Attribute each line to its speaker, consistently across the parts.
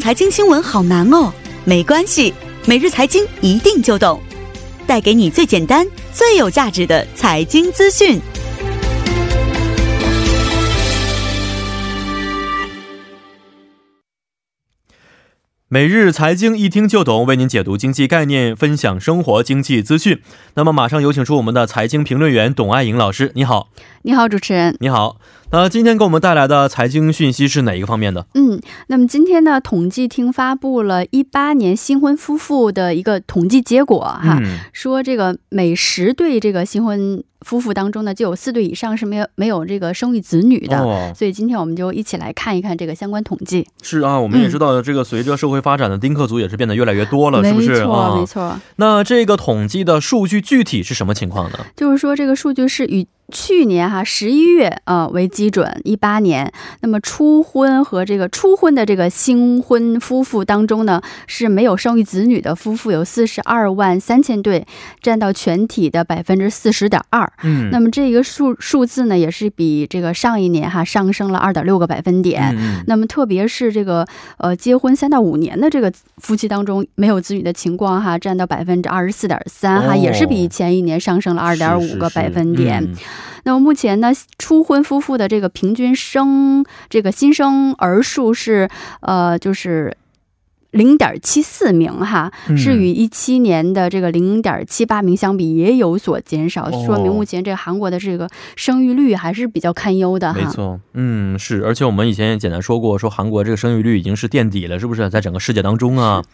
Speaker 1: 财经新闻好难哦，没关系，每日财经一定就懂，带给你最简单、最有价值的财经资讯。
Speaker 2: 每日财经一听就懂，为您解读经济概念，分享生活经济资讯。那么，马上有请出我们的财经评论员董爱颖老师，你好，
Speaker 3: 你好，主持人。
Speaker 2: 你好。那今天给我们带来的财经讯息是哪一个方面的？
Speaker 3: 嗯，那么今天呢，统计厅发布了一八年新婚夫妇的一个统计结果哈，
Speaker 2: 嗯，
Speaker 3: 说这个每十对这个新婚夫妇当中呢，就有四对以上是没有没有这个生育子女的。
Speaker 2: 哦，
Speaker 3: 所以今天我们就一起来看一看这个相关统计，
Speaker 2: 是啊，我们也知道，这个随着社会发展的丁克族也是变得越来越多了，是不
Speaker 3: 没
Speaker 2: 是
Speaker 3: 错、
Speaker 2: 啊？
Speaker 3: 没错，
Speaker 2: 那这个统计的数据具体是什么情况呢？
Speaker 3: 就是说这个数据是以去年哈十一月呃为基准，一八年，那么初婚和这个初婚的这个新婚夫妇当中呢，是没有生育子女的夫妇有四十二万三千对，占到全体的百分之四十点二。
Speaker 2: 嗯
Speaker 3: 那么这个数数字呢，也是比这个上一年哈上升了二点六个百分点。
Speaker 2: 嗯嗯
Speaker 3: 那么，特别是这个呃，结婚三到五年的这个夫妻当中，没有子女的情况哈，占到百分之二十四点三哈，
Speaker 2: 哦
Speaker 3: 也是比前一年上升了二点
Speaker 2: 是是
Speaker 3: 五个百分点。
Speaker 2: 嗯
Speaker 3: 那么目前呢，初婚夫妇的这个平均生这个新生儿数是呃，就是。零点七四名哈，
Speaker 2: 嗯
Speaker 3: 是与一七年的这个零点七八名相比也有所减少，
Speaker 2: 哦
Speaker 3: 说明目前这个韩国的这个生育率还是比较堪忧的
Speaker 2: 没
Speaker 3: 啊哈。
Speaker 2: 错，嗯，是，而且我们以前也简单说过，说韩国这个生育率已经是垫底了，是不是？在整个世界当中啊，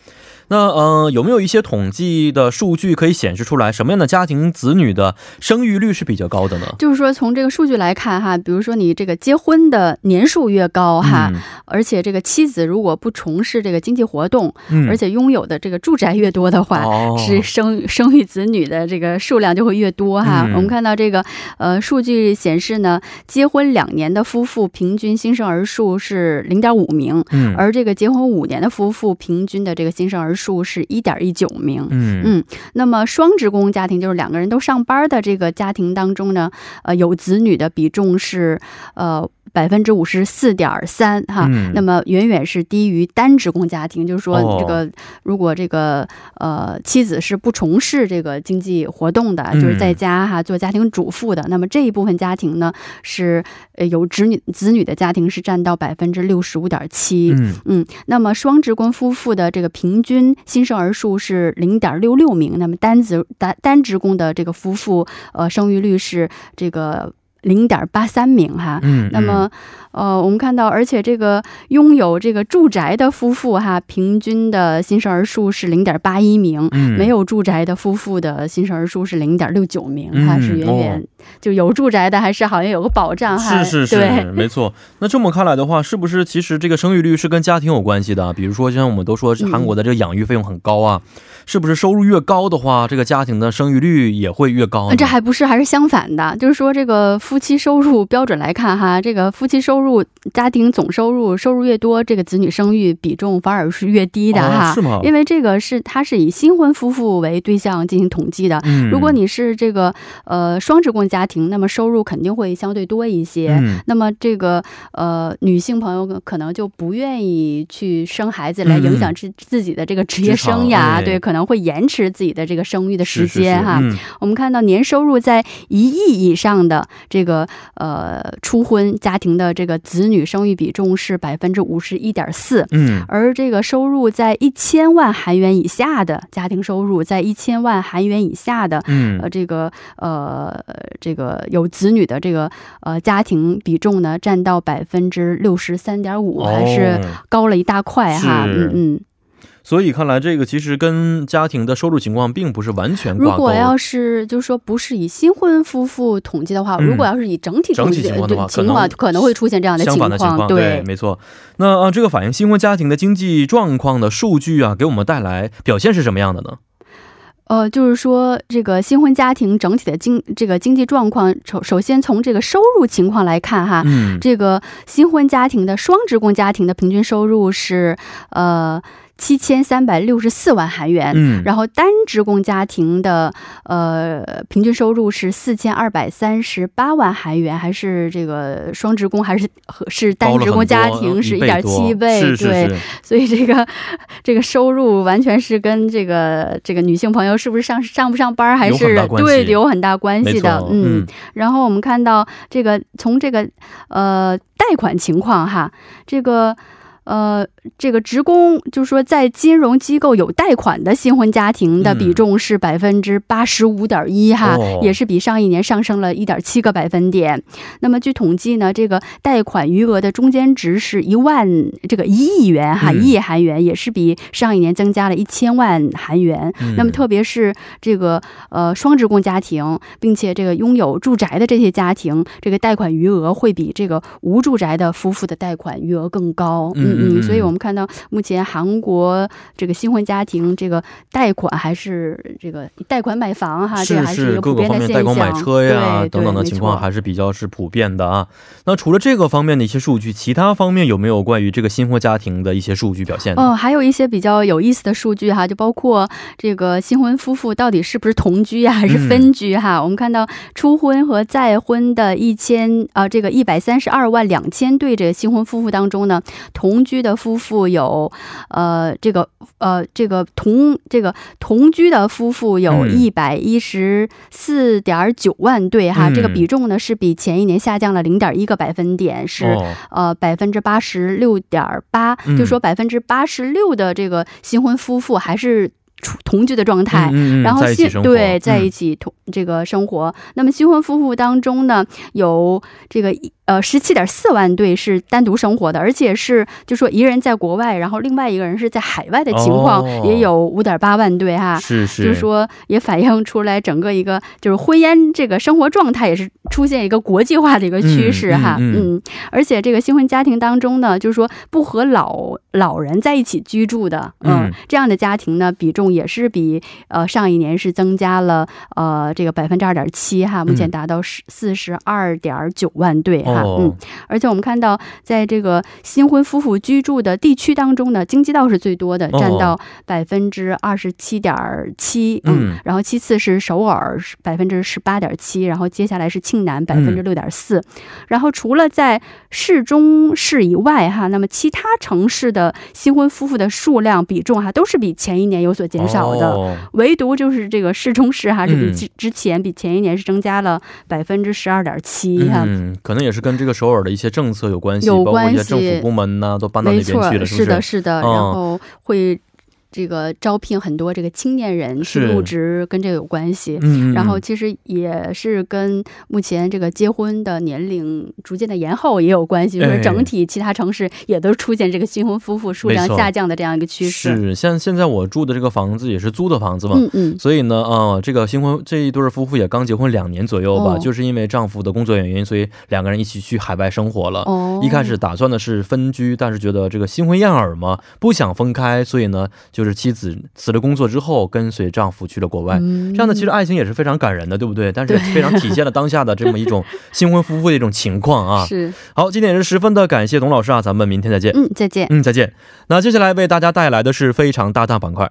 Speaker 2: 那呃，有没有一些统计的数据可以显示出来，什么样的家庭子女的生育率是比较高的呢？
Speaker 3: 就是说，从这个数据来看哈，比如说你这个结婚的年数越高啊哈，
Speaker 2: 嗯
Speaker 3: 而且这个妻子如果不从事这个经济活动，
Speaker 2: 嗯，
Speaker 3: 而且拥有的这个住宅越多的话，
Speaker 2: 哦
Speaker 3: 是生生育子女的这个数量就会越多哈。
Speaker 2: 嗯
Speaker 3: 我们看到这个呃数据显示呢，结婚两年的夫妇平均新生儿数是零点五名，
Speaker 2: 嗯
Speaker 3: 而这个结婚五年的夫妇平均的这个新生儿数是一点一九名。
Speaker 2: 嗯
Speaker 3: 嗯那么双职工家庭就是两个人都上班的这个家庭当中呢，呃，有子女的比重是呃百分之五十四点三哈。
Speaker 2: 嗯
Speaker 3: 那么远远是低于单职工家庭，就是
Speaker 2: 哦
Speaker 3: 说，这个、如果这个呃妻子是不从事这个经济活动的，
Speaker 2: 嗯
Speaker 3: 就是在家哈做家庭主妇的，那么这一部分家庭呢是呃有子女子女的家庭是占到百分之六十五点七。
Speaker 2: 嗯
Speaker 3: 嗯，那么双职工夫妇的这个平均新生儿数是零点六六名，那么单子单单职工的这个夫妇，呃，生育率是这个零点八三名哈。
Speaker 2: 嗯，
Speaker 3: 那么，呃，我们看到，而且这个拥有这个住宅的夫妇哈，平均的新生儿数是零点八一名。
Speaker 2: 嗯
Speaker 3: 没。有住宅的夫妇的新生儿数是零点六九名
Speaker 2: 嗯
Speaker 3: 哈，是远远、就有住宅的还是好像有个保障哈，
Speaker 2: 是是
Speaker 3: 对
Speaker 2: 是，，没错。那这么看来的话，是不是其实这个生育率是跟家庭有关系的？比如说，像我们都说
Speaker 3: 嗯
Speaker 2: 韩国的这个养育费用很高啊，是不是收入越高的话，这个家庭的生育率也会越高呢？
Speaker 3: 呃这还不是，还是相反的，就是说这个夫妻收入标准来看哈，这个夫妻收入、家庭总收入收入越多，这个子女生育比重反而是越低的哈。
Speaker 2: 哦是吗
Speaker 3: 因为这个是它是以新婚夫妇为对象进行统计的。
Speaker 2: 嗯
Speaker 3: 如果你是这个呃双职工家庭，那么收入肯定会相对多一些。
Speaker 2: 嗯
Speaker 3: 那么这个呃，女性朋友可能就不愿意去生孩子，来影响自自己的这个职业
Speaker 2: 嗯职场
Speaker 3: 生涯，
Speaker 2: 哎
Speaker 3: 对，可能会延迟自己的这个生育的时间哈。
Speaker 2: 是是是嗯
Speaker 3: 我们看到年收入在一亿以上的这个呃初婚家庭的这个子女生育比重是百分之五十一点四。
Speaker 2: 嗯
Speaker 3: 而这个收入在一千万韩元以下的家庭收入，在一千万韩元以下的，
Speaker 2: 嗯
Speaker 3: 呃，
Speaker 2: 嗯，
Speaker 3: 这个呃，这个有子女的这个呃家庭比重呢，占到百分之六十三点五，还是
Speaker 2: 哦
Speaker 3: 高了一大块哈。
Speaker 2: 是
Speaker 3: 嗯嗯。
Speaker 2: 所以看来这个其实跟家庭的收入情况并不是完全
Speaker 3: 如
Speaker 2: 挂钩。
Speaker 3: 果要是就是说不是以新婚夫妇统计的话，
Speaker 2: 嗯
Speaker 3: 如果要是以整体
Speaker 2: 整
Speaker 3: 统
Speaker 2: 体
Speaker 3: 计
Speaker 2: 情况的话
Speaker 3: 情
Speaker 2: 可能
Speaker 3: 况可能会出现这样的
Speaker 2: 相
Speaker 3: 情
Speaker 2: 反的情况，
Speaker 3: 对。
Speaker 2: 没错。那啊、呃这个反映新婚家庭的经济状况的数据啊，给我们带来表现是什么样的呢？
Speaker 3: 呃，就是说这个新婚家庭整体的经这个经济状况，首首先从这个收入情况来看哈。
Speaker 2: 嗯，
Speaker 3: 这个新婚家庭的双职工家庭的平均收入是，呃，七千三百六十四万韩元。
Speaker 2: 嗯，
Speaker 3: 然后单职工家庭的呃平均收入是四千二百三十八万韩元，还是这个双职工还是和是单职工家庭是一
Speaker 2: 高了很
Speaker 3: 点
Speaker 2: 多
Speaker 3: 七倍，
Speaker 2: 是是
Speaker 3: 对，
Speaker 2: 是，
Speaker 3: 所以这个这个收入完全是跟这个这个女性朋友是不是上上不上班还
Speaker 2: 有很
Speaker 3: 是
Speaker 2: 大关系
Speaker 3: 对有很大关
Speaker 2: 没
Speaker 3: 系的
Speaker 2: 错，，
Speaker 3: 嗯。，然后我们看到这个从这个呃贷款情况哈，这个。呃，这个职工就是说，在金融机构有贷款的新婚家庭的比重是百分之八十五点一哈、
Speaker 2: 嗯哦
Speaker 3: 也是比上一年上升了一点七个百分点。那么据统计呢，这个贷款余额的中间值是一万这个一亿元哈，
Speaker 2: 嗯
Speaker 3: 一亿韩元，也是比上一年增加了一千万韩元。
Speaker 2: 嗯
Speaker 3: 那么特别是这个呃双职工家庭，并且这个拥有住宅的这些家庭，这个贷款余额会比这个无住宅的夫妇的贷款余额更高。
Speaker 2: 嗯嗯嗯
Speaker 3: 所以我们看到目前韩国这个新婚家庭这个贷款还是这个贷款买房哈，啊
Speaker 2: 是
Speaker 3: 这个还是一
Speaker 2: 是
Speaker 3: 个
Speaker 2: 各
Speaker 3: 普
Speaker 2: 个
Speaker 3: 遍
Speaker 2: 方
Speaker 3: 的
Speaker 2: 面，
Speaker 3: 现
Speaker 2: 贷
Speaker 3: 象。
Speaker 2: 款买车呀
Speaker 3: 对
Speaker 2: 等等的
Speaker 3: 对
Speaker 2: 情况
Speaker 3: 没错
Speaker 2: 还是比较是普遍的啊。那除了这个方面的一些数据，其他方面有没有关于这个新婚家庭的一些数据表现呢？
Speaker 3: 哦，还有一些比较有意思的数据哈，就包括这个新婚夫妇到底是不是同居啊呀、还是
Speaker 2: 嗯
Speaker 3: 分居哈、我们看到初婚和再婚的一千啊，这个一百三十二万两千对这个新婚夫妇当中呢，同居的夫妇有呃这个呃这个同这个同居的夫妇有
Speaker 2: 嗯
Speaker 3: 一百一十四点九万对哈、
Speaker 2: 嗯
Speaker 3: 这个比重呢是比前一年下降了零点一个百分点，是、
Speaker 2: 哦
Speaker 3: 呃百分之八十六点八，
Speaker 2: 嗯
Speaker 3: 就说百分之八十六的这个新婚夫妇还是处同居的状态。
Speaker 2: 嗯嗯嗯
Speaker 3: 然后
Speaker 2: 在一
Speaker 3: 新
Speaker 2: 起生活，嗯
Speaker 3: 对在一
Speaker 2: 起，
Speaker 3: 起同、这个生活，那么新婚夫妇当中呢，有这个一呃十七点四万对是单独生活的，而且是就说一人在国外，然后另外一个人是在海外的情况，
Speaker 2: 哦
Speaker 3: 也有五点八万对哈、
Speaker 2: 是是，
Speaker 3: 啊就是说也反映出来整个一个就是婚姻这个生活状态也是出现一个国际化的一个趋势哈，
Speaker 2: 嗯嗯嗯
Speaker 3: 而且这个新婚家庭当中呢，就是说不和老老人在一起居住的，呃
Speaker 2: 嗯
Speaker 3: 这样的家庭呢比重也是比呃上一年是增加了呃这个百分之二点七哈，目前达到十四十二点九万对哈，
Speaker 2: 嗯哦、
Speaker 3: 嗯，而且我们看到，在这个新婚夫妇居住的地区当中呢，京畿道是最多的，
Speaker 2: 哦
Speaker 3: 占到百分之二十七点七，
Speaker 2: 嗯
Speaker 3: 嗯，然后其次是首尔百分之十八点七，然后接下来是庆
Speaker 2: 嗯
Speaker 3: 南百分之六点四，然后除了在市中市以外哈，那么其他城市的新婚夫妇的数量比重哈，都是比前一年有所减少的。
Speaker 2: 哦
Speaker 3: 唯独就是这个市中市哈是比
Speaker 2: 嗯
Speaker 3: 之之前比前一年是增加了百分之十二点七哈，
Speaker 2: 嗯，可能也是跟这个首尔的一些政策有关系，
Speaker 3: 有
Speaker 2: 包括一些
Speaker 3: 关系
Speaker 2: 政府部门呐、都搬到那
Speaker 3: 没
Speaker 2: 边
Speaker 3: 错，
Speaker 2: 去了，是不
Speaker 3: 是的，是的，
Speaker 2: 嗯
Speaker 3: 然后会这个招聘很多这个青年人去
Speaker 2: 是
Speaker 3: 入职，跟这个有关系。
Speaker 2: 嗯，嗯
Speaker 3: 然后
Speaker 2: 嗯
Speaker 3: 其实也是跟目前这个结婚的年龄逐渐的延后也有关系，就是
Speaker 2: 哎
Speaker 3: 整体其他城市也都出现这个新婚夫妇数量
Speaker 2: 没错
Speaker 3: 下降的这样一个趋势。
Speaker 2: 是像现在我住的这个房子也是租的房子嘛。
Speaker 3: 嗯嗯，
Speaker 2: 所以呢，啊、这个新婚这一对儿夫妇也刚结婚两年左右吧、
Speaker 3: 哦
Speaker 2: 就是因为丈夫的工作原因，所以两个人一起去海外生活了。
Speaker 3: 哦，
Speaker 2: 一开始打算的是分居，但是觉得这个新婚燕尔嘛，不想分开，所以呢，就是妻子辞了工作之后，跟随丈夫去了国外。
Speaker 3: 嗯
Speaker 2: 这样的其实爱情也是非常感人的，对不对？但是也非常体现了当下的这么一种新婚夫妇的一种情况啊。
Speaker 3: 是，
Speaker 2: 好，今天也是十分的感谢董老师啊，咱们明天再见。
Speaker 3: 嗯，再见。
Speaker 2: 嗯，再见。那接下来为大家带来的是非常搭档板块。